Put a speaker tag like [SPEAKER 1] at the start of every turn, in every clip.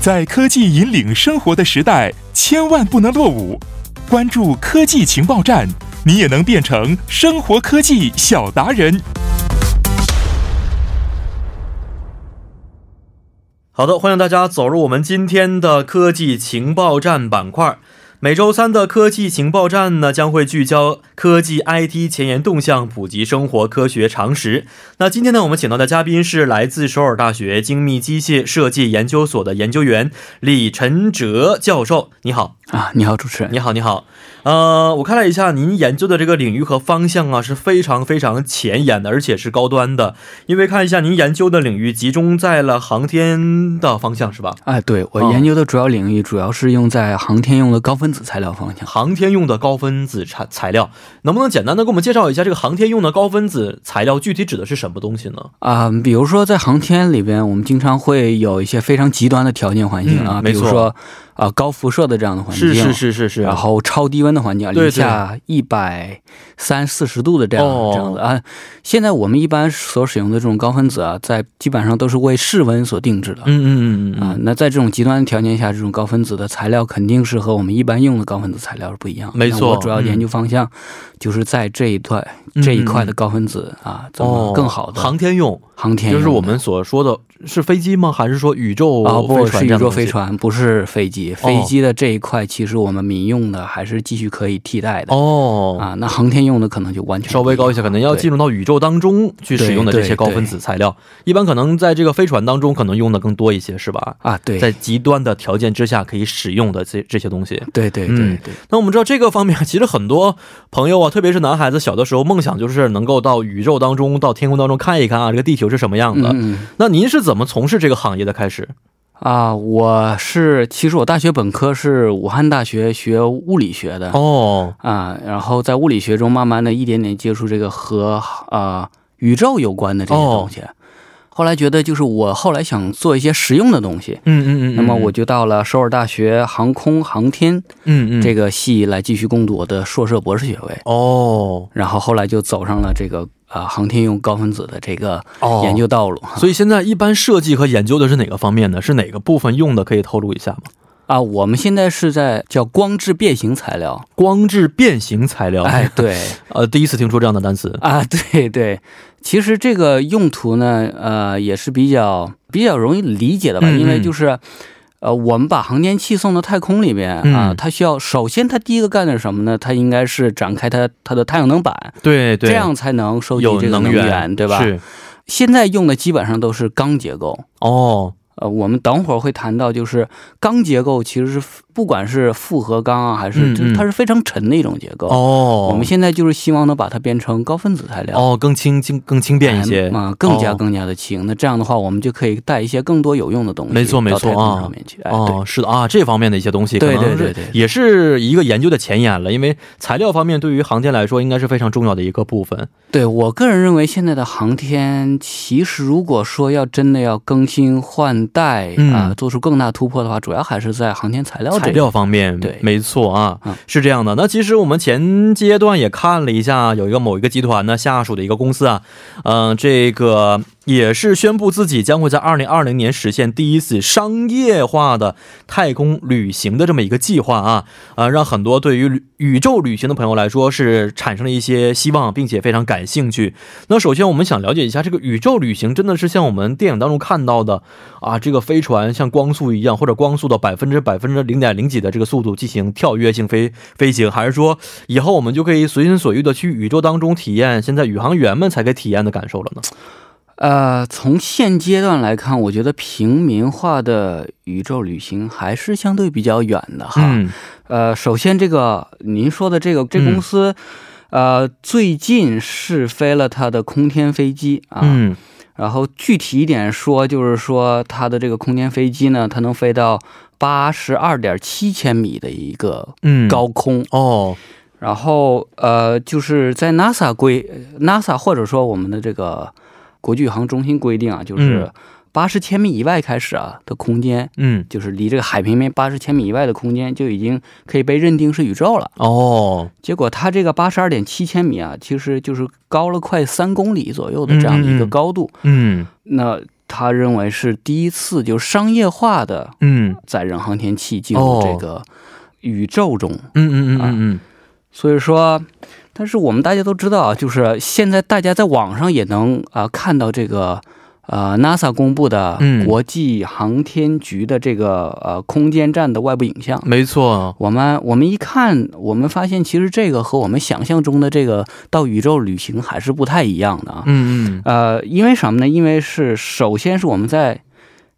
[SPEAKER 1] 在科技引领生活的时代，千万不能落伍。关注科技情报站，你也能变成生活科技小达人。
[SPEAKER 2] 好的，欢迎大家走入我们今天的科技情报站板块。每周三的科技情报站呢，将会聚焦科技 IT 前沿动向，普及生活科学常识。那今天呢，我们请到的嘉宾是来自首尔大学精密机械设计研究所的研究员李晨哲教授。你好，
[SPEAKER 3] 啊，你好，主持人。
[SPEAKER 2] 你好，你好。呃，我看了一下您研究的这个领域和方向啊，是非常非常前沿的，而且是高端的。因为看一下您研究的领域集中在了航天的方向，是吧？
[SPEAKER 3] 哎，对我
[SPEAKER 2] 嗯
[SPEAKER 3] 研究的主要领域主要是用在航天用的高分子材料方向。
[SPEAKER 2] 航天用的高分子材材料，能不能简单的给我们介绍一下这个航天用的高分子材料具体指的是什么东西呢？
[SPEAKER 3] 啊、比如说在航天里边，我们经常会有一些非常极端的条件环境啊，
[SPEAKER 2] 嗯没
[SPEAKER 3] 比
[SPEAKER 2] 错
[SPEAKER 3] 如说啊、高辐射的这样的环境，啊
[SPEAKER 2] 是是是是是，
[SPEAKER 3] 然后超低温的环境，啊
[SPEAKER 2] 对对
[SPEAKER 3] 零下一百三四十度的这样、
[SPEAKER 2] 哦
[SPEAKER 3] 这样子啊。现在我们一般所使用的这种高分子啊，在基本上都是为室温所定制的。
[SPEAKER 2] 嗯嗯嗯嗯
[SPEAKER 3] 啊、
[SPEAKER 2] 嗯，
[SPEAKER 3] 那在这种极端的条件下，这种高分子的材料肯定是和我们一般用的高分子材料是不一样的。
[SPEAKER 2] 没
[SPEAKER 3] 那
[SPEAKER 2] 错
[SPEAKER 3] 我主要研究方向就是在这一块、
[SPEAKER 2] 嗯哦
[SPEAKER 3] 这一块的高分子啊，怎么更好的
[SPEAKER 2] 航天用，
[SPEAKER 3] 航天
[SPEAKER 2] 就
[SPEAKER 3] 用的？
[SPEAKER 2] 是我们所说的是飞机吗？还是说宇宙
[SPEAKER 3] 啊、
[SPEAKER 2] 飞
[SPEAKER 3] 不
[SPEAKER 2] 船
[SPEAKER 3] 是
[SPEAKER 2] 这
[SPEAKER 3] 宇
[SPEAKER 2] 样的东西哦
[SPEAKER 3] 宙飞，船，不是飞机。飞机的这一块，其实我们民用的还是继续可以替代的。
[SPEAKER 2] 哦，
[SPEAKER 3] 啊，那航天用的可能就完全
[SPEAKER 2] 稍微高一些，可能要进
[SPEAKER 3] 入
[SPEAKER 2] 入到宇宙当中去使用的这些
[SPEAKER 3] 对对
[SPEAKER 2] 高分子材料，一般可能在这个飞船当中可能用的更多一些，是吧？
[SPEAKER 3] 啊，对，
[SPEAKER 2] 在极端的条件之下可以使用的这这些东西，
[SPEAKER 3] 对对对
[SPEAKER 2] 嗯
[SPEAKER 3] 对
[SPEAKER 2] 那我们知道这个方面， 其实很多朋友啊，特别是男孩子，小的时候梦想就是能够到宇宙当中、到天空当中看一看啊，这个地球是什么样
[SPEAKER 3] 嗯
[SPEAKER 2] 的。
[SPEAKER 3] 嗯
[SPEAKER 2] 那您是怎么从事这个行业的？开始
[SPEAKER 3] 啊，我是其实我大学本科是武汉大学学物理学的，
[SPEAKER 2] 哦，
[SPEAKER 3] 啊，然后在物理学中慢慢的一点点接触这个和呃宇宙有关的这些
[SPEAKER 2] 哦
[SPEAKER 3] 东西。后来觉得就是我后来想做一些实用的东西，
[SPEAKER 2] 嗯嗯嗯，
[SPEAKER 3] 那么我就到了首尔大学航空航天
[SPEAKER 2] 嗯嗯
[SPEAKER 3] 这
[SPEAKER 2] 个
[SPEAKER 3] 个系来继续攻读我的硕士博士学位。
[SPEAKER 2] 哦
[SPEAKER 3] 然后后来就走上了这个呃航天用高分子的这个
[SPEAKER 2] 哦
[SPEAKER 3] 研。究道路啊、
[SPEAKER 2] 所以现在一般设计和研究的是哪个方面呢？是哪个部分用的？可以透露一下吗？
[SPEAKER 3] 啊，我们现在是在叫光质变形材料，
[SPEAKER 2] 光质变形材料，
[SPEAKER 3] 哎，对，
[SPEAKER 2] 呃，第一次听说这样的单词。
[SPEAKER 3] 啊，对对，其实这个用途呢，呃，也是比较比较容易理解的吧，
[SPEAKER 2] 嗯
[SPEAKER 3] 因为
[SPEAKER 2] 嗯
[SPEAKER 3] 就是，呃，我们把航天器送到太空里面啊、
[SPEAKER 2] 嗯
[SPEAKER 3] 它需要首先它第一个干的是什么呢？它应该是展开它它的太阳能板，
[SPEAKER 2] 对对，
[SPEAKER 3] 这样才能收集
[SPEAKER 2] 有
[SPEAKER 3] 这个能
[SPEAKER 2] 源
[SPEAKER 3] 对吧？
[SPEAKER 2] 是
[SPEAKER 3] 现在用的基本上都是钢结构。
[SPEAKER 2] 哦，
[SPEAKER 3] 呃，我们等会儿会谈到，就是钢结构其实是不管是复合钢啊，还是、
[SPEAKER 2] 嗯嗯
[SPEAKER 3] 它是非常沉的一种结构。
[SPEAKER 2] 哦，
[SPEAKER 3] 我们现在就是希望能把它变成高分子材料。
[SPEAKER 2] 哦更轻轻更轻便一些
[SPEAKER 3] 啊、更加
[SPEAKER 2] 哦
[SPEAKER 3] 更加的轻。那这样的话，我们就可以带一些更多有用的东西，
[SPEAKER 2] 没错没错
[SPEAKER 3] 到太空
[SPEAKER 2] 啊
[SPEAKER 3] 上面去。哎，对
[SPEAKER 2] 哦，是的啊，这方面的一些东西，
[SPEAKER 3] 对
[SPEAKER 2] 可能
[SPEAKER 3] 对
[SPEAKER 2] 是
[SPEAKER 3] 对对
[SPEAKER 2] 也是一个研究的前沿了。因为材料方面对于航天来说，应该是非常重要的一个部分。
[SPEAKER 3] 对我个人认为，现在的航天其实如果说要真的要更新换代啊、
[SPEAKER 2] 嗯
[SPEAKER 3] 做出更大突破的话，主要还是在航天材料这
[SPEAKER 2] 材
[SPEAKER 3] 一
[SPEAKER 2] 料方面，
[SPEAKER 3] 对
[SPEAKER 2] 没错啊
[SPEAKER 3] 嗯，
[SPEAKER 2] 是这样的。那其实我们前阶段也看了一下，有一个某一个集团呢下属的一个公司啊，嗯、这个也是宣布自己将会在二零二零年实现第一次商业化的太空旅行的这么一个计划啊，啊、让很多对于旅宇宙旅行的朋友来说是产生了一些希望，并且非常感兴趣。那首先我们想了解一下，这个宇宙旅行真的是像我们电影当中看到的啊，这个飞船像光速一样，或者光速的百分之百分之零点零几的这个速度进行跳跃性飞飞行，还是说以后我们就可以随心所欲的去宇宙当中体验现在宇航员们才可以体验的感受了呢？
[SPEAKER 3] 呃，从现阶段来看，我觉得平民化的宇宙旅行还是相对比较远的哈。
[SPEAKER 2] 嗯，
[SPEAKER 3] 呃，首先这个您说的这个这公司、呃，最近试飞了它的空天飞机啊。
[SPEAKER 2] 嗯，
[SPEAKER 3] 然后具体一点说，就是说它的这个空间飞机呢，它能飞到八十二点七千米的一个
[SPEAKER 2] 嗯，
[SPEAKER 3] 高空。
[SPEAKER 2] 哦，
[SPEAKER 3] 然后呃，就是在 NASA 规 NASA 或者说我们的这个国际宇航中心规定啊，就是八十千米以外开始啊的空间，
[SPEAKER 2] 嗯，
[SPEAKER 3] 就是离这个海平面八十千米以外的空间就已经可以被认定是宇宙了。
[SPEAKER 2] 哦，
[SPEAKER 3] 结果它这个八十二点七千米啊，其实就是高了快三公里左右的这样的一
[SPEAKER 2] 嗯嗯
[SPEAKER 3] 个
[SPEAKER 2] 嗯
[SPEAKER 3] 高度。
[SPEAKER 2] 嗯，
[SPEAKER 3] 那他认为是第一次就商业化的
[SPEAKER 2] 嗯
[SPEAKER 3] 载人航天器进入这个宇宙中。
[SPEAKER 2] 嗯嗯嗯
[SPEAKER 3] 啊
[SPEAKER 2] 嗯
[SPEAKER 3] 所以说，但是我们大家都知道啊，就是现在大家在网上也能啊、呃看到这个呃 NASA 公布的
[SPEAKER 2] 嗯
[SPEAKER 3] 国际航天局的这个呃空间站的外部影像。
[SPEAKER 2] 嗯，没错，
[SPEAKER 3] 我们我们一看，我们发现其实这个和我们想象中的这个到宇宙旅行还是不太一样的啊。
[SPEAKER 2] 嗯嗯
[SPEAKER 3] 呃，因为什么呢？因为是首先是我们在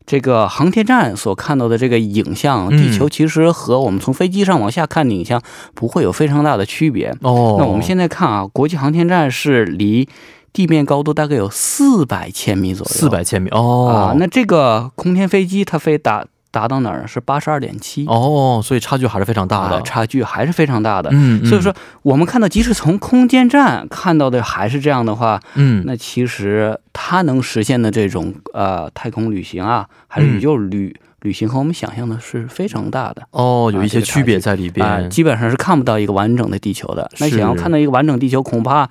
[SPEAKER 3] 这个航天站所看到的这个影像，
[SPEAKER 2] 嗯
[SPEAKER 3] 地球其实和我们从飞机上往下看的影像不会有非常大的区别。
[SPEAKER 2] 哦，
[SPEAKER 3] 那我们现在看啊，国际航天站是离地面高度大概有四百千米左右，
[SPEAKER 2] 四百千米哦，
[SPEAKER 3] 啊。那这个空天飞机它飞达达到哪儿是八十二点七
[SPEAKER 2] 哦，所以差距还是非常大的，
[SPEAKER 3] 啊，差距还是非常大的。
[SPEAKER 2] 嗯，嗯
[SPEAKER 3] 所以说，我们看到，即使从空间站看到的还是这样的话，
[SPEAKER 2] 嗯，
[SPEAKER 3] 那其实它能实现的这种呃太空旅行啊，还是
[SPEAKER 2] 嗯
[SPEAKER 3] 宇宙旅、旅行，和我们想象的是非常大的
[SPEAKER 2] 哦，有一些
[SPEAKER 3] 啊这个
[SPEAKER 2] 区别在里边，
[SPEAKER 3] 啊、基本上是看不到一个完整的地球的。那
[SPEAKER 2] 是
[SPEAKER 3] 想要看到一个完整地球，恐怕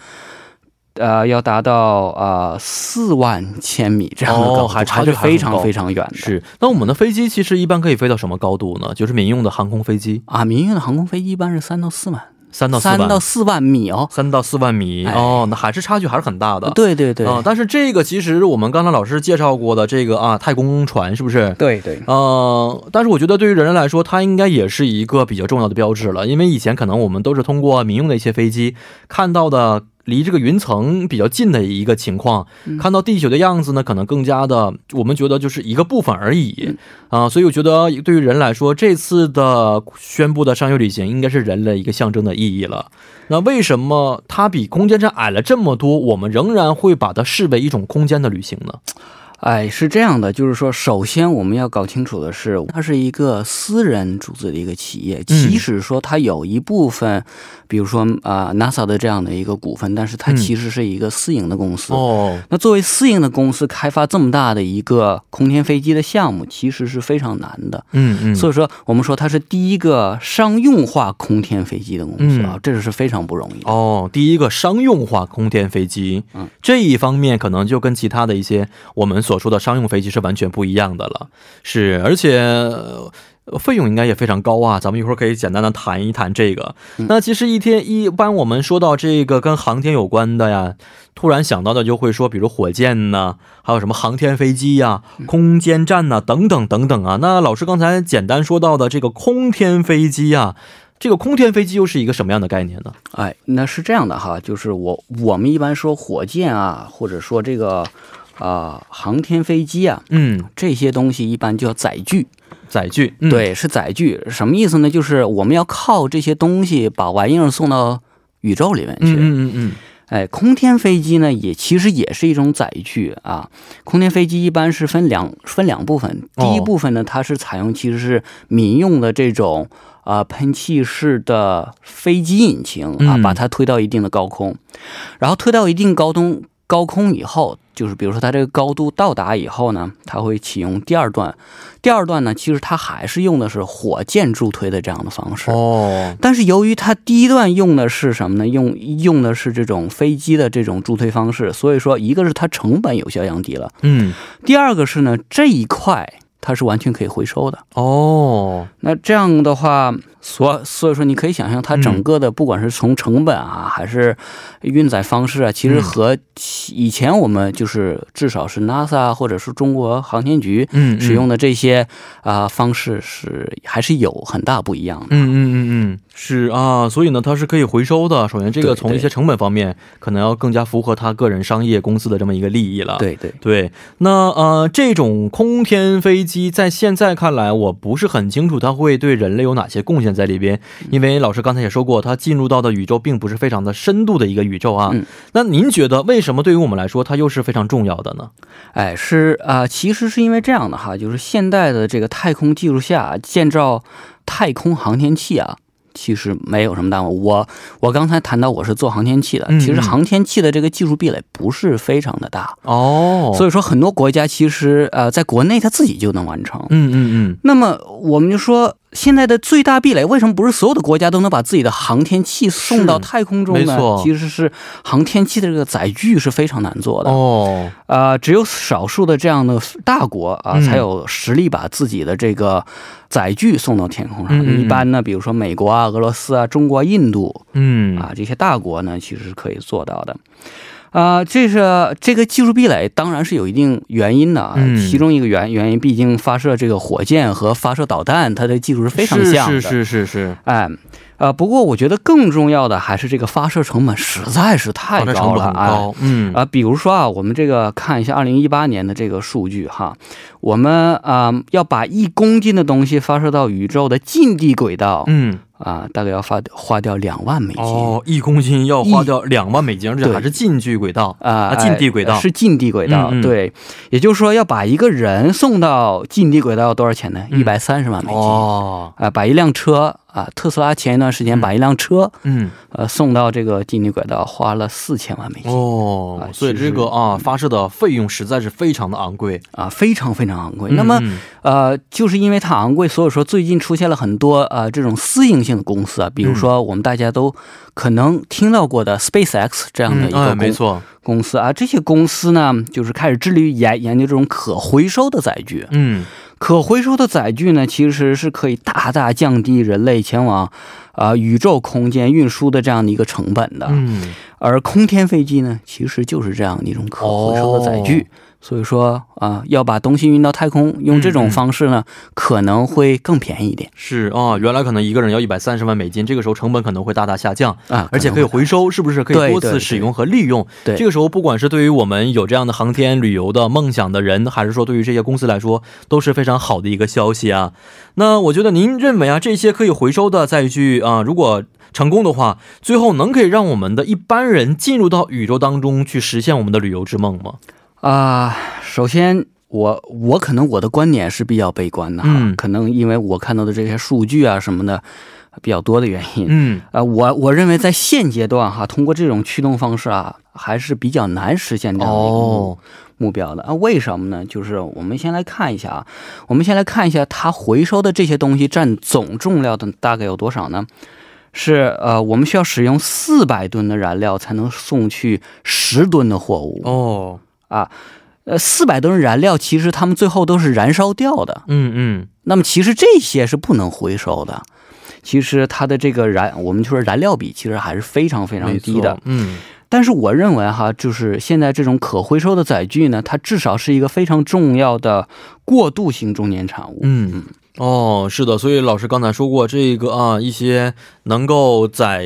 [SPEAKER 3] 呃要达到呃四万千米这样
[SPEAKER 2] 哦
[SPEAKER 3] 的高度，
[SPEAKER 2] 还差
[SPEAKER 3] 还
[SPEAKER 2] 距
[SPEAKER 3] 是
[SPEAKER 2] 还很
[SPEAKER 3] 非
[SPEAKER 2] 高
[SPEAKER 3] 常非常远的。
[SPEAKER 2] 是，那我们的飞机其实一般可以飞到什么高度呢？就是民用的航空飞机，
[SPEAKER 3] 啊，民用的航空飞机一般是三到四万，
[SPEAKER 2] 三到四
[SPEAKER 3] 三
[SPEAKER 2] 万，
[SPEAKER 3] 到四万米哦。
[SPEAKER 2] 三到四万米、
[SPEAKER 3] 哎
[SPEAKER 2] 哦，那还是差距还是很大的。
[SPEAKER 3] 对对对，
[SPEAKER 2] 啊、但是这个其实我们刚才老师介绍过的这个啊，太空船是不是？
[SPEAKER 3] 对对
[SPEAKER 2] 呃，但是我觉得对于人类来说，它应该也是一个比较重要的标志了，因为以前可能我们都是通过民用的一些飞机看到的离这个云层比较近的一个情况，看到地球的样子呢，可能更加的，我们觉得就是一个部分而已啊、所以我觉得对于人来说，这次的宣布的商业旅行应该是人类一个象征的意义了。那为什么它比空间站矮了这么多，我们仍然会把它视为一种空间的旅行呢？
[SPEAKER 3] 哎，是这样的，就是说，首先我们要搞清楚的是，它是一个私人组织的一个企业，
[SPEAKER 2] 嗯
[SPEAKER 3] 即使说它有一部分，比如说啊、呃 NASA 的这样的一个股份，但是它
[SPEAKER 2] 嗯
[SPEAKER 3] 其实是一个私营的公司。
[SPEAKER 2] 哦，
[SPEAKER 3] 那作为私营的公司开发这么大的一个空天飞机的项目，其实是非常难的。
[SPEAKER 2] 嗯嗯，
[SPEAKER 3] 所以说，我们说它是第一个商用化空天飞机的公司啊，
[SPEAKER 2] 嗯
[SPEAKER 3] 这是非常不容易的。
[SPEAKER 2] 哦，第一个商用化空天飞机，
[SPEAKER 3] 嗯，
[SPEAKER 2] 这一方面可能就跟其他的一些我们所说的商用飞机是完全不一样的了。是，而且呃费用应该也非常高啊。咱们一会儿可以简单的谈一谈这个。那其实一天一般我们说到这个跟航天有关的呀，突然想到的就会说，比如火箭呐、还有什么航天飞机呀、空间站呐、等等等等啊。那老师刚才简单说到的这个空天飞机呀、这个空天飞机又是一个什么样的概念呢？
[SPEAKER 3] 哎，那是这样的哈，就是我我们一般说火箭啊，或者说这个啊、航天飞机啊，
[SPEAKER 2] 嗯，
[SPEAKER 3] 这些东西一般叫载具。
[SPEAKER 2] 载具，嗯、，
[SPEAKER 3] 对，是载具，什么意思呢？就是我们要靠这些东西把玩意儿送到宇宙里面去。
[SPEAKER 2] 嗯嗯嗯嗯，
[SPEAKER 3] 哎，空天飞机呢，也其实也是一种载具啊。空天飞机一般是分两分两部分，
[SPEAKER 2] 哦
[SPEAKER 3] 第一部分呢，它是采用其实是民用的这种啊、喷气式的飞机引擎啊，
[SPEAKER 2] 嗯
[SPEAKER 3] 把它推到一定的高空，然后推到一定高空高空以后，就是比如说它这个高度到达以后呢，它会启用第二段，第二段呢，其实它还是用的是火箭助推的这样的方式。
[SPEAKER 2] 哦，
[SPEAKER 3] 但是由于它第一段用的是什么呢？用用的是这种飞机的这种助推方式，所以说一个是它成本有效降低了，
[SPEAKER 2] 嗯，
[SPEAKER 3] 第二个是呢这一块它是完全可以回收的。
[SPEAKER 2] 哦，
[SPEAKER 3] 那这样的话，所所以说你可以想象它整个的不管是从成本啊，还是运载方式啊，其实和其以前我们就是至少是 NASA 或者是中国航天局
[SPEAKER 2] 嗯，嗯
[SPEAKER 3] 使，用的这些啊、方式是还是有很大不一样的。
[SPEAKER 2] 嗯嗯嗯嗯，是啊，所以呢，它是可以回收的。首先，这个
[SPEAKER 3] 对
[SPEAKER 2] 从一
[SPEAKER 3] 对
[SPEAKER 2] 些成本方面，可能要更加符合他个人商业公司的这么一个利益了。。
[SPEAKER 3] 对对。
[SPEAKER 2] 对，那呃，这种空天飞机在现在看来，我不是很清楚它会对人类有哪些贡献在里边，因为老师刚才也说过，它进入到的宇宙并不是非常的深度的一个宇宙啊。
[SPEAKER 3] 嗯
[SPEAKER 2] 那您觉得为什么对于我们来说，它又是非常重要的呢？
[SPEAKER 3] 哎，是啊、呃其实是因为这样的哈，就是现代的这个太空技术下，建造太空航天器啊，其实没有什么大问题。我我刚才谈到我是做航天器的，
[SPEAKER 2] 嗯
[SPEAKER 3] 其实
[SPEAKER 2] 嗯
[SPEAKER 3] 航天器的这个技术壁垒不是非常的大，
[SPEAKER 2] 哦，
[SPEAKER 3] 所以说很多国家其实呃，在国内它自己就能完成。
[SPEAKER 2] 嗯嗯嗯，
[SPEAKER 3] 那么我们就说，现在的最大壁垒，为什么不是所有的国家都能把自己的航天器送到
[SPEAKER 2] 是
[SPEAKER 3] 太空中
[SPEAKER 2] 没
[SPEAKER 3] 呢
[SPEAKER 2] 错？
[SPEAKER 3] 其实是航天器的这个载具是非常难做的。
[SPEAKER 2] 哦，
[SPEAKER 3] 呃，只有少数的这样的大国啊、
[SPEAKER 2] 嗯
[SPEAKER 3] 才有实力把自己的这个载具送到天空上。
[SPEAKER 2] 嗯嗯嗯
[SPEAKER 3] 一般呢，比如说美国啊、俄罗斯啊、中国、印度
[SPEAKER 2] 嗯
[SPEAKER 3] 啊这些大国呢，其实是可以做到的。啊、这是这个技术壁垒，当然是有一定原因的啊。
[SPEAKER 2] 嗯
[SPEAKER 3] 其中一个原原因，毕竟发射这个火箭和发射导弹，它的技术是非常像的。
[SPEAKER 2] 是是是是是，
[SPEAKER 3] 哎，呃，不过我觉得更重要的还是这个发射成本实在是太
[SPEAKER 2] 它的成
[SPEAKER 3] 高
[SPEAKER 2] 本
[SPEAKER 3] 了
[SPEAKER 2] 很
[SPEAKER 3] 啊。
[SPEAKER 2] 高，嗯
[SPEAKER 3] 啊、比如说啊，我们这个看一下二零一八年的这个数据哈，我们啊、要把一公斤的东西发射到宇宙的近地轨道
[SPEAKER 2] 嗯，
[SPEAKER 3] 啊、大概要花花掉两万美金。
[SPEAKER 2] 哦，一公斤要花
[SPEAKER 3] 一
[SPEAKER 2] 掉两万美金，而且
[SPEAKER 3] 对
[SPEAKER 2] 还是近距轨道
[SPEAKER 3] 啊、
[SPEAKER 2] 啊近地轨道
[SPEAKER 3] 是近地轨道，
[SPEAKER 2] 嗯嗯
[SPEAKER 3] 对，也就是说要把一个人送到近地轨道要多少钱呢？一百三十万美金。啊、
[SPEAKER 2] 嗯哦，
[SPEAKER 3] 把一辆车啊、特斯拉前一段时间把一辆车、
[SPEAKER 2] 嗯
[SPEAKER 3] 呃送到这个近地轨道花了四千万美金。
[SPEAKER 2] 哦
[SPEAKER 3] 啊，
[SPEAKER 2] 所以
[SPEAKER 3] 其实
[SPEAKER 2] 这个啊发射的费用实在是非常的昂贵。
[SPEAKER 3] 啊，非常非常昂贵。
[SPEAKER 2] 嗯
[SPEAKER 3] 那么，呃，就是因为它昂贵，所以说最近出现了很多呃这种私营性的公司啊，比如说
[SPEAKER 2] 嗯
[SPEAKER 3] 我们大家都可能听到过的 SpaceX 这样的一
[SPEAKER 2] 嗯哎
[SPEAKER 3] 个
[SPEAKER 2] 没
[SPEAKER 3] 公
[SPEAKER 2] 错，
[SPEAKER 3] 公司啊，这些公司呢，就是开始致力于研研究这种可回收的载具。
[SPEAKER 2] 嗯
[SPEAKER 3] 可回收的载具呢，其实是可以大大降低人类前往啊宇宙空间运输的这样的一个成本的。
[SPEAKER 2] 嗯，
[SPEAKER 3] 而空天飞机呢，其实就是这样的一种可回收的载具。
[SPEAKER 2] 哦
[SPEAKER 3] 所以说啊、要把东西运到太空，用这
[SPEAKER 2] 嗯
[SPEAKER 3] 种方式呢，可能会更便宜一点
[SPEAKER 2] 是啊，原来可能一个人要一百三十万美金，这个时候成本可能会大大下降。
[SPEAKER 3] 啊，
[SPEAKER 2] 而且可以
[SPEAKER 3] 能会
[SPEAKER 2] 回收，是不是可以
[SPEAKER 3] 对
[SPEAKER 2] 多
[SPEAKER 3] 对
[SPEAKER 2] 次
[SPEAKER 3] 对
[SPEAKER 2] 使用和利用？
[SPEAKER 3] 对
[SPEAKER 2] 这个时候不管是对于我们有这样的航天旅游的梦想的人，还是说对于这些公司来说，都是非常好的一个消息啊。那我觉得您认为啊，这些可以回收的载具啊，如果成功的话，最后能可以让我们的一般人进入到宇宙当中去实现我们的旅游之梦吗？
[SPEAKER 3] 啊、首先。我我可能我的观点是比较悲观的哈，
[SPEAKER 2] 嗯
[SPEAKER 3] 可能因为我看到的这些数据啊什么的比较多的原因，
[SPEAKER 2] 嗯，
[SPEAKER 3] 啊，我我认为在现阶段哈，通过这种驱动方式啊，还是比较难实现这样的一个目
[SPEAKER 2] 哦，
[SPEAKER 3] 目标的啊。为什么呢？就是我们先来看一下啊，我们先来看一下它回收的这些东西占总重量的大概有多少呢？是呃，我们需要使用四百吨的燃料才能送去十吨的货物。
[SPEAKER 2] 哦，
[SPEAKER 3] 呃，四百吨燃料其实他们最后都是燃烧掉的，
[SPEAKER 2] 嗯嗯，
[SPEAKER 3] 那么其实这些是不能回收的。其实它的这个燃，我们就说燃料比其实还是非常非常
[SPEAKER 2] 没
[SPEAKER 3] 低
[SPEAKER 2] 错
[SPEAKER 3] 的。，
[SPEAKER 2] 嗯
[SPEAKER 3] 但是我认为哈，就是现在这种可回收的载具呢，它至少是一个非常重要的过渡性中间产物。
[SPEAKER 2] 嗯。哦，是的，所以老师刚才说过，这个啊，一些能够载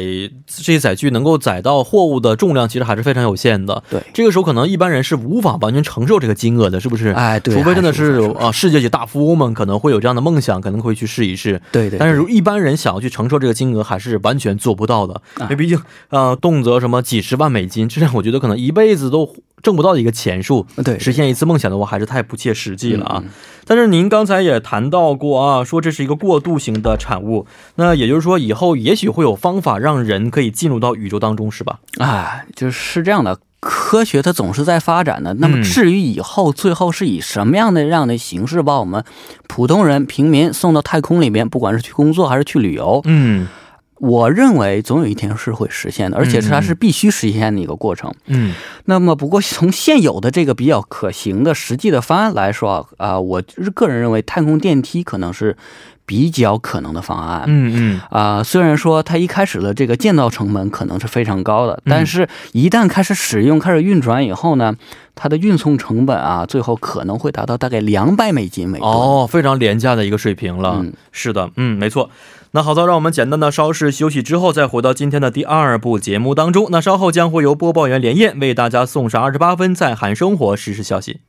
[SPEAKER 2] 这些载具能够载到货物的重量，其实还是非常有限的。
[SPEAKER 3] 对
[SPEAKER 2] 这个时候可能一般人是无法完全承受这个金额的，是不是？
[SPEAKER 3] 哎，对，
[SPEAKER 2] 除非真的
[SPEAKER 3] 还是
[SPEAKER 2] 是
[SPEAKER 3] 有
[SPEAKER 2] 有啊，世界级大富翁们可能会有这样的梦想，可能会去试一试。
[SPEAKER 3] 对对，
[SPEAKER 2] 但是
[SPEAKER 3] 对
[SPEAKER 2] 如一般人想要去承受这个金额，还是完全做不到的。
[SPEAKER 3] 哎
[SPEAKER 2] 因为毕竟，呃，动辄什么几十万美金，这让我觉得可能一辈子都挣不到的一个钱数。
[SPEAKER 3] 对
[SPEAKER 2] 实现一次梦想的话，还是太不切实际了啊
[SPEAKER 3] 嗯嗯。
[SPEAKER 2] 但是您刚才也谈到过啊，说这是一个过渡型的产物，那也就是说以后也许会有方法让人可以进入到宇宙当中，是吧？
[SPEAKER 3] 哎，就是这样的。科学它总是在发展的，那
[SPEAKER 2] 嗯
[SPEAKER 3] 么至于以后最后是以什么样的这样的形式把我们普通人、平民送到太空里面，不管是去工作还是去旅游，
[SPEAKER 2] 嗯
[SPEAKER 3] 我认为总有一天是会实现的，而且是它是必须实现的一个过程。
[SPEAKER 2] 嗯
[SPEAKER 3] 那么，不过从现有的这个比较可行的实际的方案来说啊，啊、我是个人认为太空电梯可能是比较可能的方案。
[SPEAKER 2] 嗯嗯，
[SPEAKER 3] 啊、虽然说它一开始的这个建造成本可能是非常高的，
[SPEAKER 2] 嗯
[SPEAKER 3] 但是一旦开始使用、开始运转以后呢，它的运送成本啊，最后可能会达到大概两百美金每吨。
[SPEAKER 2] 哦，非常廉价的一个水平了。
[SPEAKER 3] 嗯
[SPEAKER 2] 是的，嗯，没错。那好的，让我们简单的稍事休息之后，再回到今天的第二部节目当中。那稍后将会由播报员连夜为大家送上二十八分在韩生活实时消息。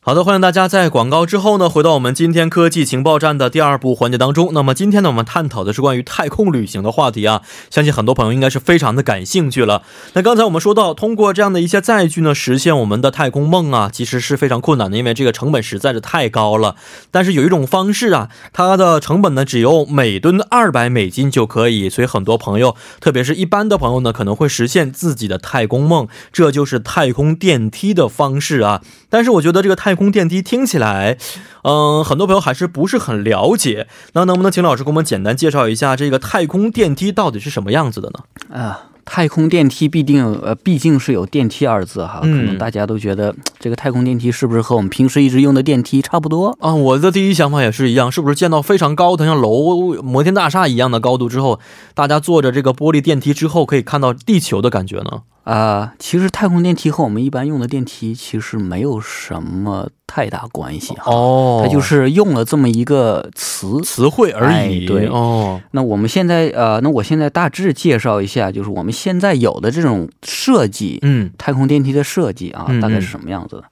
[SPEAKER 2] 好的，欢迎大家在广告之后呢，回到我们今天科技情报站的第二部环节当中。那么今天呢，我们探讨的是关于太空旅行的话题啊，相信很多朋友应该是非常的感兴趣了。那刚才我们说到，通过这样的一些载具呢，实现我们的太空梦啊，其实是非常困难的，因为这个成本实在是太高了。但是有一种方式啊，它的成本呢只有每吨二百美金就可以，所以很多朋友，特别是一般的朋友呢，可能会实现自己的太空梦，这就是太空电梯的方式啊。但是我觉得这个太空电梯听起来，嗯、很多朋友还是不是很了解。那能不能请老师给我们简单介绍一下这个太空电梯到底是什么样子的呢？
[SPEAKER 3] 啊，太空电梯必定呃，毕竟是有“电梯”二字哈，可
[SPEAKER 2] 嗯
[SPEAKER 3] 能大家都觉得这个太空电梯是不是和我们平时一直用的电梯差不多？
[SPEAKER 2] 啊，我的第一想法也是一样，是不是建到非常高的像楼、摩天大厦一样的高度之后，大家坐着这个玻璃电梯之后，可以看到地球的感觉呢？
[SPEAKER 3] 啊、其实太空电梯和我们一般用的电梯其实没有什么太大关系哈，
[SPEAKER 2] 哦
[SPEAKER 3] 它就是用了这么一个词。
[SPEAKER 2] 词汇而已。
[SPEAKER 3] 哎对
[SPEAKER 2] 哦，
[SPEAKER 3] 那我们现在呃，那我现在大致介绍一下，就是我们现在有的这种设计，
[SPEAKER 2] 嗯
[SPEAKER 3] 太空电梯的设计啊
[SPEAKER 2] 嗯嗯，
[SPEAKER 3] 大概是什么样子的？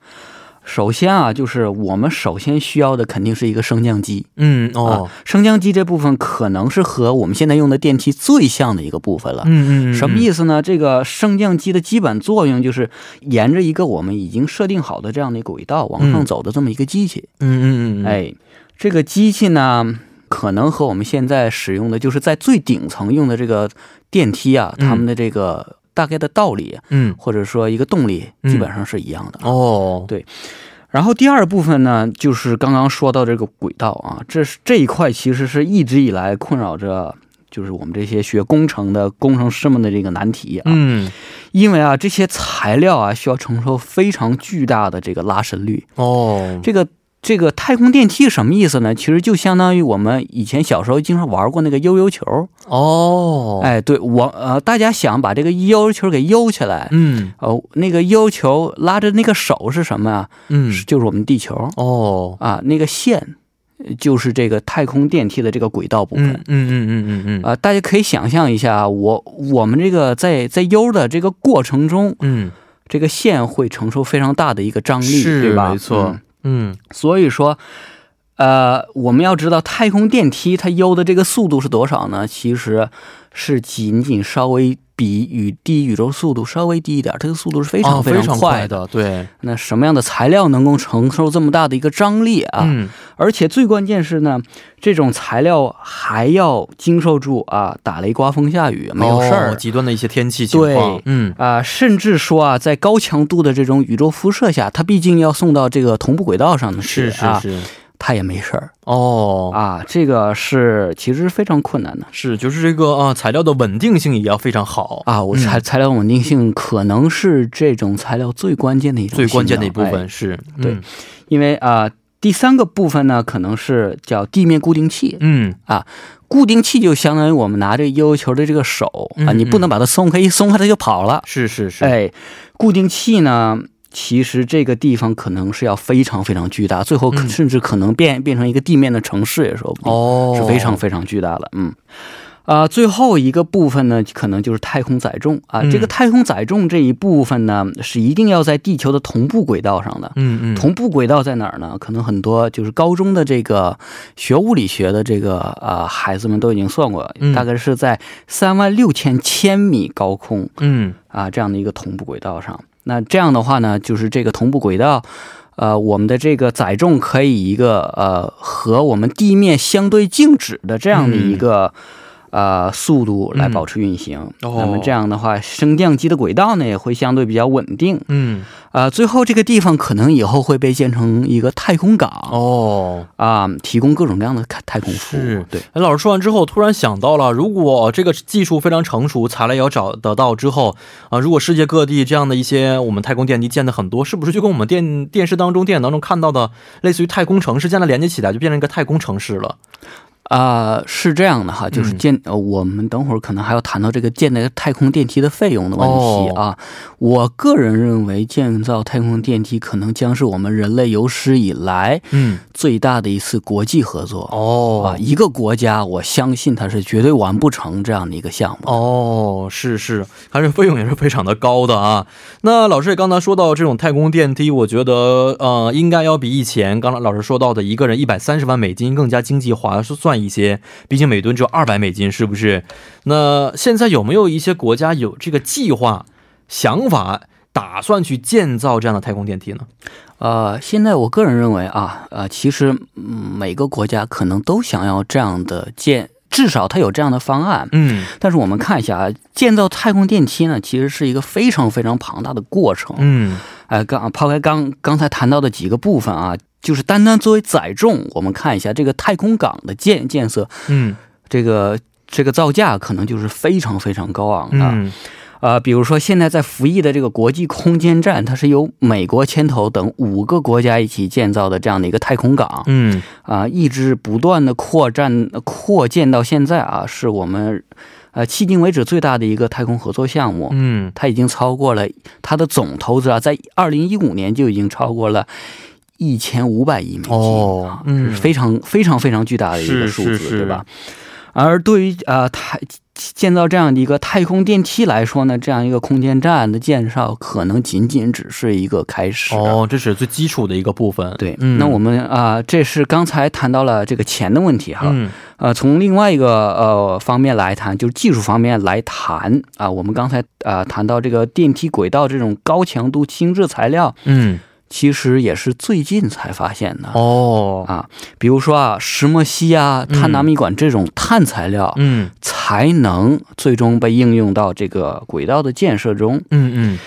[SPEAKER 3] 首先啊，就是我们首先需要的肯定是一个升降机
[SPEAKER 2] 嗯
[SPEAKER 3] 啊
[SPEAKER 2] 哦，，
[SPEAKER 3] 升降机这部分可能是和我们现在用的电梯最像的一个部分了。
[SPEAKER 2] 嗯嗯，
[SPEAKER 3] 什么意
[SPEAKER 2] 思？
[SPEAKER 3] 思呢？这个升降机的基本作用就是沿着一个我们已经设定好的这样的轨道往上走的这么一个机器。
[SPEAKER 2] 嗯嗯嗯嗯嗯，，
[SPEAKER 3] 哎，这个机器呢，可能和我们现在使用的就是在最顶层用的这个电梯啊，
[SPEAKER 2] 嗯
[SPEAKER 3] 它们的这个大概的道理，
[SPEAKER 2] 嗯
[SPEAKER 3] 或者说一个动力，
[SPEAKER 2] 嗯
[SPEAKER 3] 基本上是一样的。
[SPEAKER 2] 哦，
[SPEAKER 3] 然后第二部分呢，就是刚刚说到这个轨道啊，这是这一块其实是一直以来困扰着。就是我们这些学工程的工程师们的这个难题啊，
[SPEAKER 2] 嗯
[SPEAKER 3] 因为啊这些材料啊需要承受非常巨大的这个拉伸率。
[SPEAKER 2] 哦，
[SPEAKER 3] 这个这个太空电梯什么意思呢？其实就相当于我们以前小时候经常玩过那个悠悠球，
[SPEAKER 2] 哦，，
[SPEAKER 3] 哎，对我呃，大家想把这个悠悠球给悠起来，
[SPEAKER 2] 嗯
[SPEAKER 3] 哦，那个悠悠球拉着那个手是什么啊？
[SPEAKER 2] 嗯，
[SPEAKER 3] 是就是我们地球
[SPEAKER 2] 哦，
[SPEAKER 3] 啊，那个线呃就是这个太空电梯的这个轨道部分。
[SPEAKER 2] 嗯嗯嗯嗯嗯嗯，
[SPEAKER 3] 啊、大家可以想象一下啊，我我们这个在在悠的这个过程中，
[SPEAKER 2] 嗯
[SPEAKER 3] 这个线会承受非常大的一个张力，
[SPEAKER 2] 是
[SPEAKER 3] 对吧？
[SPEAKER 2] 没错
[SPEAKER 3] 嗯
[SPEAKER 2] 嗯
[SPEAKER 3] 所以说，呃，我们要知道太空电梯它悠的这个速度是多少呢？其实是仅仅稍微比宇低宇宙速度稍微低一点，它的速度是非常
[SPEAKER 2] 啊
[SPEAKER 3] 常
[SPEAKER 2] 常
[SPEAKER 3] 快
[SPEAKER 2] 快。的，对，
[SPEAKER 3] 那什么样的材料能够承受这么大的一个张力啊？
[SPEAKER 2] 嗯
[SPEAKER 3] 而且最关键是呢，这种材料还要经受住啊打雷、刮风、下雨没有事儿。
[SPEAKER 2] 哦极端的一些天气情况
[SPEAKER 3] 对，
[SPEAKER 2] 嗯
[SPEAKER 3] 啊、甚至说啊，在高强度的这种宇宙辐射下，它毕竟要送到这个同步轨道上的
[SPEAKER 2] 是是
[SPEAKER 3] 啊，
[SPEAKER 2] 是，
[SPEAKER 3] 它也没事儿。
[SPEAKER 2] 哦。
[SPEAKER 3] 啊，这个是其实非常困难的
[SPEAKER 2] 是，就是这个啊，材料的稳定性也要非常好，
[SPEAKER 3] 啊。我
[SPEAKER 2] 嗯
[SPEAKER 3] 材材料稳定性可能是这种材料最关键的一种
[SPEAKER 2] 最关键的一
[SPEAKER 3] 性
[SPEAKER 2] 部
[SPEAKER 3] 能
[SPEAKER 2] 分、
[SPEAKER 3] 哎
[SPEAKER 2] 是，嗯
[SPEAKER 3] 对因为啊、第三个部分呢，可能是叫地面固定器。
[SPEAKER 2] 嗯，嗯
[SPEAKER 3] 固定器就相当于我们拿这个悠悠球的这个手啊，
[SPEAKER 2] 嗯
[SPEAKER 3] 你不能把它松开，一松开它就跑了。
[SPEAKER 2] 是是是，
[SPEAKER 3] 哎，固定器呢，其实这个地方可能是要非常非常巨大，最后可
[SPEAKER 2] 嗯
[SPEAKER 3] 甚至可能变变成一个地面的城市也说不定。
[SPEAKER 2] 哦，
[SPEAKER 3] 是非常非常巨大的，嗯。啊、最后一个部分呢，可能就是太空载重啊、
[SPEAKER 2] 嗯
[SPEAKER 3] 这个太空载重这一部分呢，是一定要在地球的同步轨道上的。
[SPEAKER 2] 嗯嗯，
[SPEAKER 3] 同步轨道在哪儿呢？可能很多就是高中的这个学物理学的这个啊孩子们都已经算过
[SPEAKER 2] 嗯，
[SPEAKER 3] 大概是在三万六千千米高空
[SPEAKER 2] 嗯
[SPEAKER 3] 啊这样的一个同步轨道上。那这样的话呢，就是这个同步轨道，呃，我们的这个载重可以一个呃和我们地面相对静止的这样的
[SPEAKER 2] 嗯
[SPEAKER 3] 一个、呃速度来保持运行。
[SPEAKER 2] 嗯哦
[SPEAKER 3] 那么这样的话，升降机的轨道呢也会相对比较稳定。
[SPEAKER 2] 嗯，
[SPEAKER 3] 啊，最后这个地方可能以后会被建成一个太空港
[SPEAKER 2] 哦，
[SPEAKER 3] 啊、提供各种各样的太太空服务
[SPEAKER 2] 是。
[SPEAKER 3] 对。
[SPEAKER 2] 哎，老师说完之后，突然想到了，如果呃这个技术非常成熟，材料也要找得到之后，啊、如果世界各地这样的一些我们太空电梯建的很多，是不是就跟我们电电视当中、电影当中看到的类似于太空城市，将来连接起来就变成一个太空城市了？
[SPEAKER 3] 啊、是这样的哈，就是建、呃，我们等会儿可能还要谈到这个建那个太空电梯的费用的问题啊。我个人认为，建造太空电梯可能将是我们人类有史以来
[SPEAKER 2] 嗯，
[SPEAKER 3] 最大的一次国际合作、
[SPEAKER 2] 哦
[SPEAKER 3] 啊。一个国家，我相信它是绝对完不成这样的一个项目。
[SPEAKER 2] 哦，是是，还是费用也是非常的高的啊。那老师也刚才说到这种太空电梯，我觉得呃，应该要比以前刚才老师说到的一个人一百三十万美金更加经济划算一些，毕竟每吨只有二百美金，是不是？那现在有没有一些国家有这个计划、想法，打算去建造这样的太空电梯呢？
[SPEAKER 3] 呃，现在我个人认为啊，呃，其实、嗯每个国家可能都想要这样的建，至少它有这样的方案。
[SPEAKER 2] 嗯
[SPEAKER 3] 但是我们看一下啊，建造太空电梯呢，其实是一个非常非常庞大的过程。
[SPEAKER 2] 嗯
[SPEAKER 3] 呃，刚抛开刚刚才谈到的几个部分啊，就是单单作为载重，我们看一下这个太空港的建建设，
[SPEAKER 2] 嗯
[SPEAKER 3] 这个这个造价可能就是非常非常高昂的。
[SPEAKER 2] 嗯
[SPEAKER 3] 呃，比如说现在在服役的这个国际空间站，它是由美国牵头等五个国家一起建造的这样的一个太空港
[SPEAKER 2] 嗯
[SPEAKER 3] 啊、一直不断的扩展扩建到现在啊，是我们呃迄今为止最大的一个太空合作项目。
[SPEAKER 2] 嗯
[SPEAKER 3] 它已经超过了它的总投资啊，在二零一五年就已经超过了一千五百亿美金、
[SPEAKER 2] 哦
[SPEAKER 3] 啊，
[SPEAKER 2] 嗯
[SPEAKER 3] 是非常非常非常巨大的一个
[SPEAKER 2] 是
[SPEAKER 3] 数字，
[SPEAKER 2] 是是
[SPEAKER 3] 对吧？而对于呃太建造这样的一个太空电梯来说呢，这样一个空间站的建造可能仅仅只是一个开始。啊
[SPEAKER 2] 哦，这是最基础的一个部分。
[SPEAKER 3] 对，
[SPEAKER 2] 嗯，
[SPEAKER 3] 那我们啊、这是刚才谈到了这个钱的问题哈。
[SPEAKER 2] 嗯
[SPEAKER 3] 呃，从另外一个呃方面来谈，就是技术方面来谈啊、我们刚才啊、呃谈到这个电梯轨道这种高强度轻质材料，
[SPEAKER 2] 嗯
[SPEAKER 3] 其实也是最近才发现的。
[SPEAKER 2] 哦
[SPEAKER 3] 啊，比如说啊，石墨烯啊、碳纳米管这种碳材料，
[SPEAKER 2] 嗯
[SPEAKER 3] 才能最终被应用到这个轨道的建设中。
[SPEAKER 2] 嗯嗯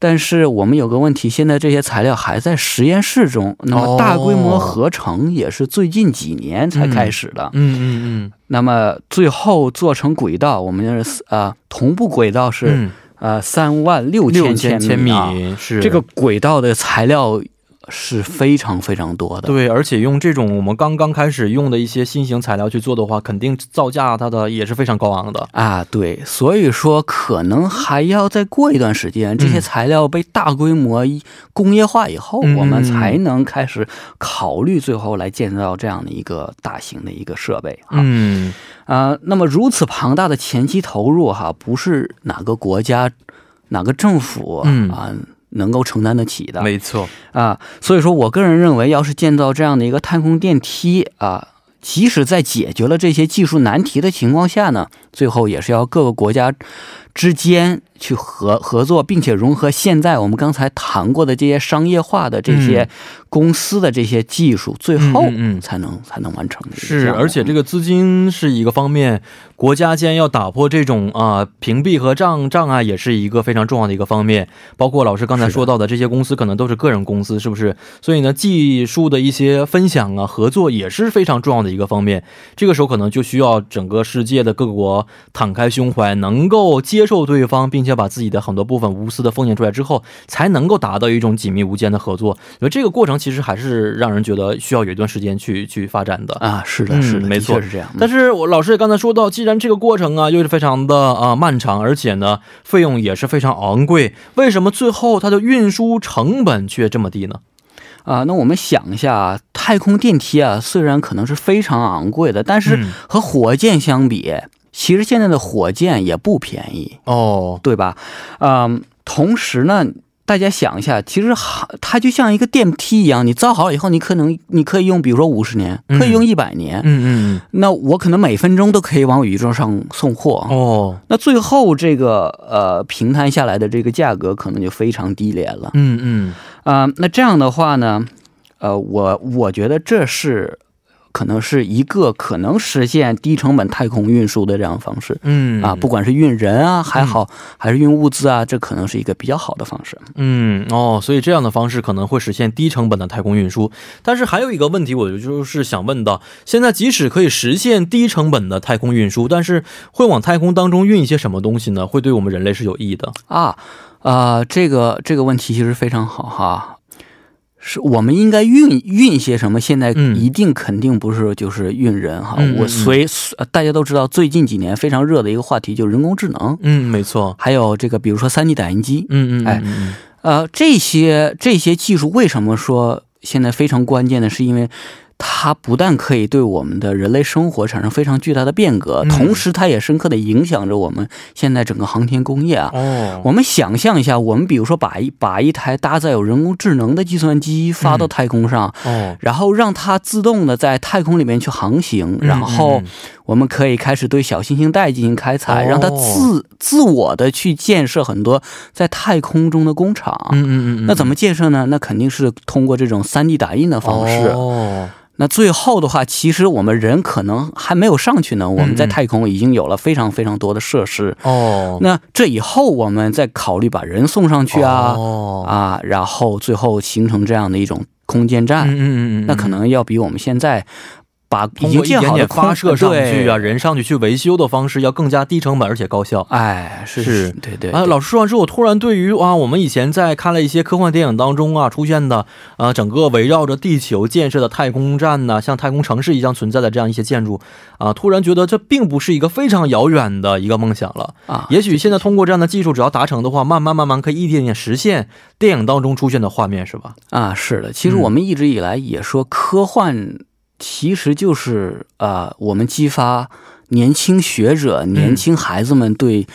[SPEAKER 3] 但是我们有个问题，现在这些材料还在实验室中，那么大规模
[SPEAKER 2] 哦
[SPEAKER 3] 合成也是最近几年才开始的。
[SPEAKER 2] 嗯嗯
[SPEAKER 3] 那么最后做成轨道，我们就是呃同步轨道
[SPEAKER 2] 嗯，
[SPEAKER 3] 是、呃三万六
[SPEAKER 2] 六
[SPEAKER 3] 千
[SPEAKER 2] 千
[SPEAKER 3] 千米啊、
[SPEAKER 2] 是
[SPEAKER 3] 这个轨道的材料是非常非常多的。
[SPEAKER 2] 对，而且用这种我们刚刚开始用的一些新型材料去做的话，肯定造价它的也是非常高昂的。
[SPEAKER 3] 啊，对，所以说可能还要再过一段时间，这些材料被大规模一工业化以后，
[SPEAKER 2] 嗯
[SPEAKER 3] 我们才能开始考虑最后来建造这样的一个大型的一个设备啊。
[SPEAKER 2] 嗯
[SPEAKER 3] 啊，那么如此庞大的前期投入哈、不是哪个国家、哪个政府
[SPEAKER 2] 嗯
[SPEAKER 3] 啊能够承担得起的
[SPEAKER 2] 没错，
[SPEAKER 3] 啊。所以说我个人认为，要是建造这样的一个太空电梯啊。即使在解决了这些技术难题的情况下呢，最后也是要各个国家之间去合合作，并且融合现在我们刚才谈过的这些商业化的这些公司的这些技术，最后
[SPEAKER 2] 嗯嗯嗯嗯
[SPEAKER 3] 才能才能完成的一个
[SPEAKER 2] 是，
[SPEAKER 3] 项目
[SPEAKER 2] 而且这个资金是一个方面，国家间要打破这种啊、屏蔽和障障碍，也是一个非常重要的一个方面。包括老师刚才说到的，这些公司可能都是个人公司，是不是？所以呢，技术的一些分享啊、合作也是非常重要的一个方面。这个时候可能就需要整个世界的各国敞开胸怀，能够接受对方，并且把自己的很多部分无私的奉献出来之后，才能够达到一种紧密无间的合作。因为这个过程其实还是让人觉得需要有一段时间去去发展的。
[SPEAKER 3] 啊，是的，
[SPEAKER 2] 嗯
[SPEAKER 3] 是的，
[SPEAKER 2] 没
[SPEAKER 3] 的确
[SPEAKER 2] 错
[SPEAKER 3] 是这样。
[SPEAKER 2] 但是我老师也刚才说到，既然这个过程啊又是非常的啊、呃漫长，而且呢费用也是非常昂贵，为什么最后它的运输成本却这么低呢？
[SPEAKER 3] 啊，那我们想一下啊，太空电梯啊，虽然可能是非常昂贵的，但是
[SPEAKER 2] 嗯
[SPEAKER 3] 和火箭相比，其实现在的火箭也不便宜，
[SPEAKER 2] 哦，
[SPEAKER 3] 对吧？嗯，同时呢。大家想一下，其实哈它就像一个电梯一样，你造好了以后，你可能你可以用，比如说五十年，可以用一百年。
[SPEAKER 2] 嗯嗯
[SPEAKER 3] 那我可能每分钟都可以往宇宙上送货。
[SPEAKER 2] 嗯，哦，
[SPEAKER 3] 那最后这个呃平摊下来的这个价格，可能就非常低廉了。
[SPEAKER 2] 嗯嗯
[SPEAKER 3] 啊、那这样的话呢，呃，我我觉得这是可能是一个可能实现低成本太空运输的这样的方式。
[SPEAKER 2] 嗯
[SPEAKER 3] 啊，不管是运人啊，还好，还是运物资啊，这可能是一个比较好的方式。
[SPEAKER 2] 嗯哦，所以这样的方式可能会实现低成本的太空运输。但是还有一个问题，我就是想问到，现在即使可以实现低成本的太空运输，但是会往太空当中运一些什么东西呢？会对我们人类是有益的？
[SPEAKER 3] 啊，呃，这个这个问题其实非常好哈。是我们应该运运些什么？现在
[SPEAKER 2] 嗯
[SPEAKER 3] 一定肯定不是就是运人哈。
[SPEAKER 2] 嗯嗯
[SPEAKER 3] 我
[SPEAKER 2] 嗯
[SPEAKER 3] 随呃大家都知道，最近几年非常热的一个话题就是人工智能，
[SPEAKER 2] 嗯，没错。
[SPEAKER 3] 还有这个比如说三 D 打印机，
[SPEAKER 2] 嗯嗯，
[SPEAKER 3] 哎
[SPEAKER 2] 嗯嗯
[SPEAKER 3] 呃，这些这些技术为什么说现在非常关键呢？是因为它不但可以对我们的人类生活产生非常巨大的变革，
[SPEAKER 2] 嗯
[SPEAKER 3] 同时它也深刻的影响着我们现在整个航天工业啊。
[SPEAKER 2] 哦，
[SPEAKER 3] 我们想象一下，我们比如说把一把一台搭载有人工智能的计算机发
[SPEAKER 2] 嗯
[SPEAKER 3] 到太空上，
[SPEAKER 2] 哦，
[SPEAKER 3] 然后让它自动的在太空里面去航行，
[SPEAKER 2] 嗯
[SPEAKER 3] 然后
[SPEAKER 2] 嗯嗯
[SPEAKER 3] 我们可以开始对小行星带进行开采，
[SPEAKER 2] 哦
[SPEAKER 3] 让它自自我的去建设很多在太空中的工厂。
[SPEAKER 2] 嗯嗯嗯，
[SPEAKER 3] 那怎
[SPEAKER 2] 么
[SPEAKER 3] 么建设呢？那肯定是通过这种 3D 打印的方式。
[SPEAKER 2] 哦，
[SPEAKER 3] 那最后的话，其实我们人可能还没有上去呢，我们在太空已经有了非常非常多的设施。
[SPEAKER 2] 哦，
[SPEAKER 3] 那这以后我们再考虑把人送上去啊、
[SPEAKER 2] 哦，
[SPEAKER 3] 啊，然后最后形成这样的一种空间
[SPEAKER 2] 嗯
[SPEAKER 3] 站，
[SPEAKER 2] 嗯嗯嗯，
[SPEAKER 3] 那可能要比我们现在把已
[SPEAKER 2] 通
[SPEAKER 3] 经
[SPEAKER 2] 过一
[SPEAKER 3] 建
[SPEAKER 2] 点
[SPEAKER 3] 好的
[SPEAKER 2] 点发
[SPEAKER 3] 空
[SPEAKER 2] 射上去啊，
[SPEAKER 3] 对
[SPEAKER 2] 人上去去维修的方式要更加低成本而且高效。
[SPEAKER 3] 哎，是
[SPEAKER 2] 是
[SPEAKER 3] 对对
[SPEAKER 2] 啊，
[SPEAKER 3] 对
[SPEAKER 2] 老师说完之后，我突然对于啊，我们以前在看了一些科幻电影当中啊出现的啊，整个围绕着地球建设的太空站呐，像太空城市一样存在的这样一些建筑啊，突然觉得这并不是一个非常遥远的一个梦想了。
[SPEAKER 3] 啊，
[SPEAKER 2] 也许现在通过这样的技术，只要达成的话，慢慢慢慢可以一点点实现电影当中出现的画面，是吧？
[SPEAKER 3] 啊，是的，其实
[SPEAKER 2] 嗯
[SPEAKER 3] 我们一直以来也说，科幻其实就是呃，我们激发年轻学者、
[SPEAKER 2] 嗯
[SPEAKER 3] 年轻孩子们对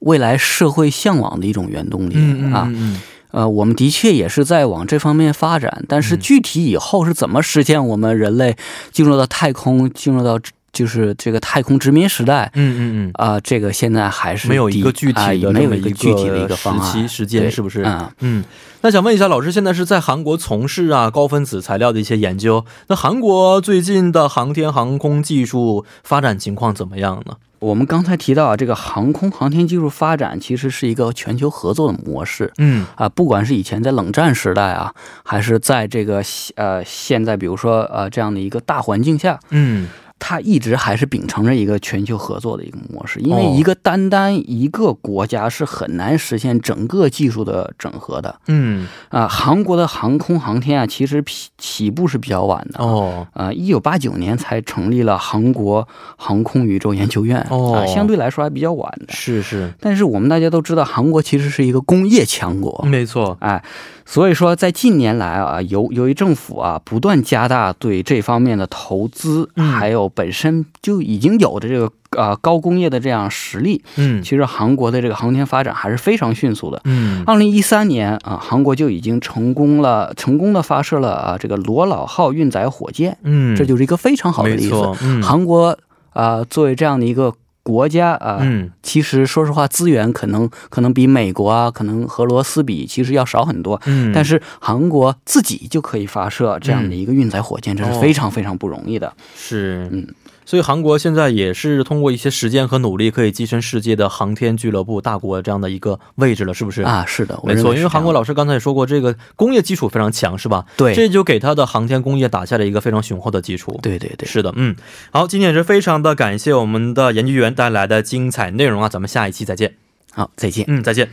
[SPEAKER 3] 未来社会向往的一种原动力、啊。
[SPEAKER 2] 嗯
[SPEAKER 3] 呃，我们的确也是在往这方面发展，但是
[SPEAKER 2] 嗯
[SPEAKER 3] 具体以后是怎么实现我们人类进入到太空，进入到就是这个太空殖民时代？
[SPEAKER 2] 嗯嗯嗯，
[SPEAKER 3] 啊、这个现在还是
[SPEAKER 2] 没有一个
[SPEAKER 3] 的
[SPEAKER 2] 具体
[SPEAKER 3] 啊
[SPEAKER 2] 的这
[SPEAKER 3] 没有
[SPEAKER 2] 么
[SPEAKER 3] 一个
[SPEAKER 2] 一
[SPEAKER 3] 具体
[SPEAKER 2] 个
[SPEAKER 3] 的一个方
[SPEAKER 2] 时期
[SPEAKER 3] 案
[SPEAKER 2] 时间
[SPEAKER 3] 对
[SPEAKER 2] 是不是
[SPEAKER 3] 啊、
[SPEAKER 2] 嗯，那想问一下，老师现在是在韩国从事啊高分子材料的一些研究。那韩国最近的航天航空技术发展情况怎么样呢？
[SPEAKER 3] 我们刚才提到啊，这个航空航天技术发展其实是一个全球合作的模式
[SPEAKER 2] 嗯
[SPEAKER 3] 啊，不管是以前在冷战时代啊，还是在这个呃现在，比如说呃这样的一个大环境下，
[SPEAKER 2] 嗯，
[SPEAKER 3] 它一直还是秉承着一个全球合作的一个模式，因为
[SPEAKER 2] 哦
[SPEAKER 3] 一个单单一个国家是很难实现整个技术的整合的
[SPEAKER 2] 嗯
[SPEAKER 3] 啊。韩国的航空航天啊，其实起起步是比较晚的。
[SPEAKER 2] 哦
[SPEAKER 3] 呃，一九八九年才成立了韩国航空宇宙研究院，
[SPEAKER 2] 哦
[SPEAKER 3] 啊，相对来说还比较晚的。
[SPEAKER 2] 是是，
[SPEAKER 3] 但是我们大家都知道，韩国其实是一个工业强国，
[SPEAKER 2] 没错。
[SPEAKER 3] 哎，所以说在近年来啊，由由于政府啊不断加大对这方面的投资，
[SPEAKER 2] 嗯
[SPEAKER 3] 还有本身就已经有的这个呃高工业的这样实力，
[SPEAKER 2] 嗯
[SPEAKER 3] 其实韩国的这个航天发展还是非常迅速的。
[SPEAKER 2] 嗯
[SPEAKER 3] 二零一三年啊、韩国就已经成功了，成功的发射了啊这个罗老号运载火箭，
[SPEAKER 2] 嗯，
[SPEAKER 3] 这就是一个非常好的
[SPEAKER 2] 没
[SPEAKER 3] 例子。
[SPEAKER 2] 错。嗯
[SPEAKER 3] 韩国啊、呃作为这样的一个国家啊、
[SPEAKER 2] 嗯
[SPEAKER 3] 其实说实话，资源可能可能比美国啊，可能俄罗斯比，其实要少很多。
[SPEAKER 2] 嗯，
[SPEAKER 3] 但是韩国自己就可以发射这样的一个运载火箭，这
[SPEAKER 2] 哦
[SPEAKER 3] 是非常非常不容易的。
[SPEAKER 2] 是
[SPEAKER 3] 嗯。
[SPEAKER 2] 所以韩国现在也是通过一些实践和努力，可以跻身世界的航天俱乐部大国这样的一个位置了，是不是？
[SPEAKER 3] 啊，是的，我
[SPEAKER 2] 没
[SPEAKER 3] 认
[SPEAKER 2] 错，
[SPEAKER 3] 是
[SPEAKER 2] 因为韩国
[SPEAKER 3] 这样
[SPEAKER 2] 老师刚才也说过，这个工业基础非常强，是吧？
[SPEAKER 3] 对
[SPEAKER 2] 这就给他的航天工业打下了一个非常雄厚的基础。
[SPEAKER 3] 对对对，
[SPEAKER 2] 是的，嗯，好，今天也是非常的感谢我们的研究员带来的精彩内容啊，咱们下一期再见，
[SPEAKER 3] 好，再见。
[SPEAKER 2] 嗯，再见。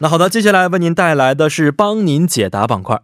[SPEAKER 2] 那好的，接下来为您带来的是帮您解答板块。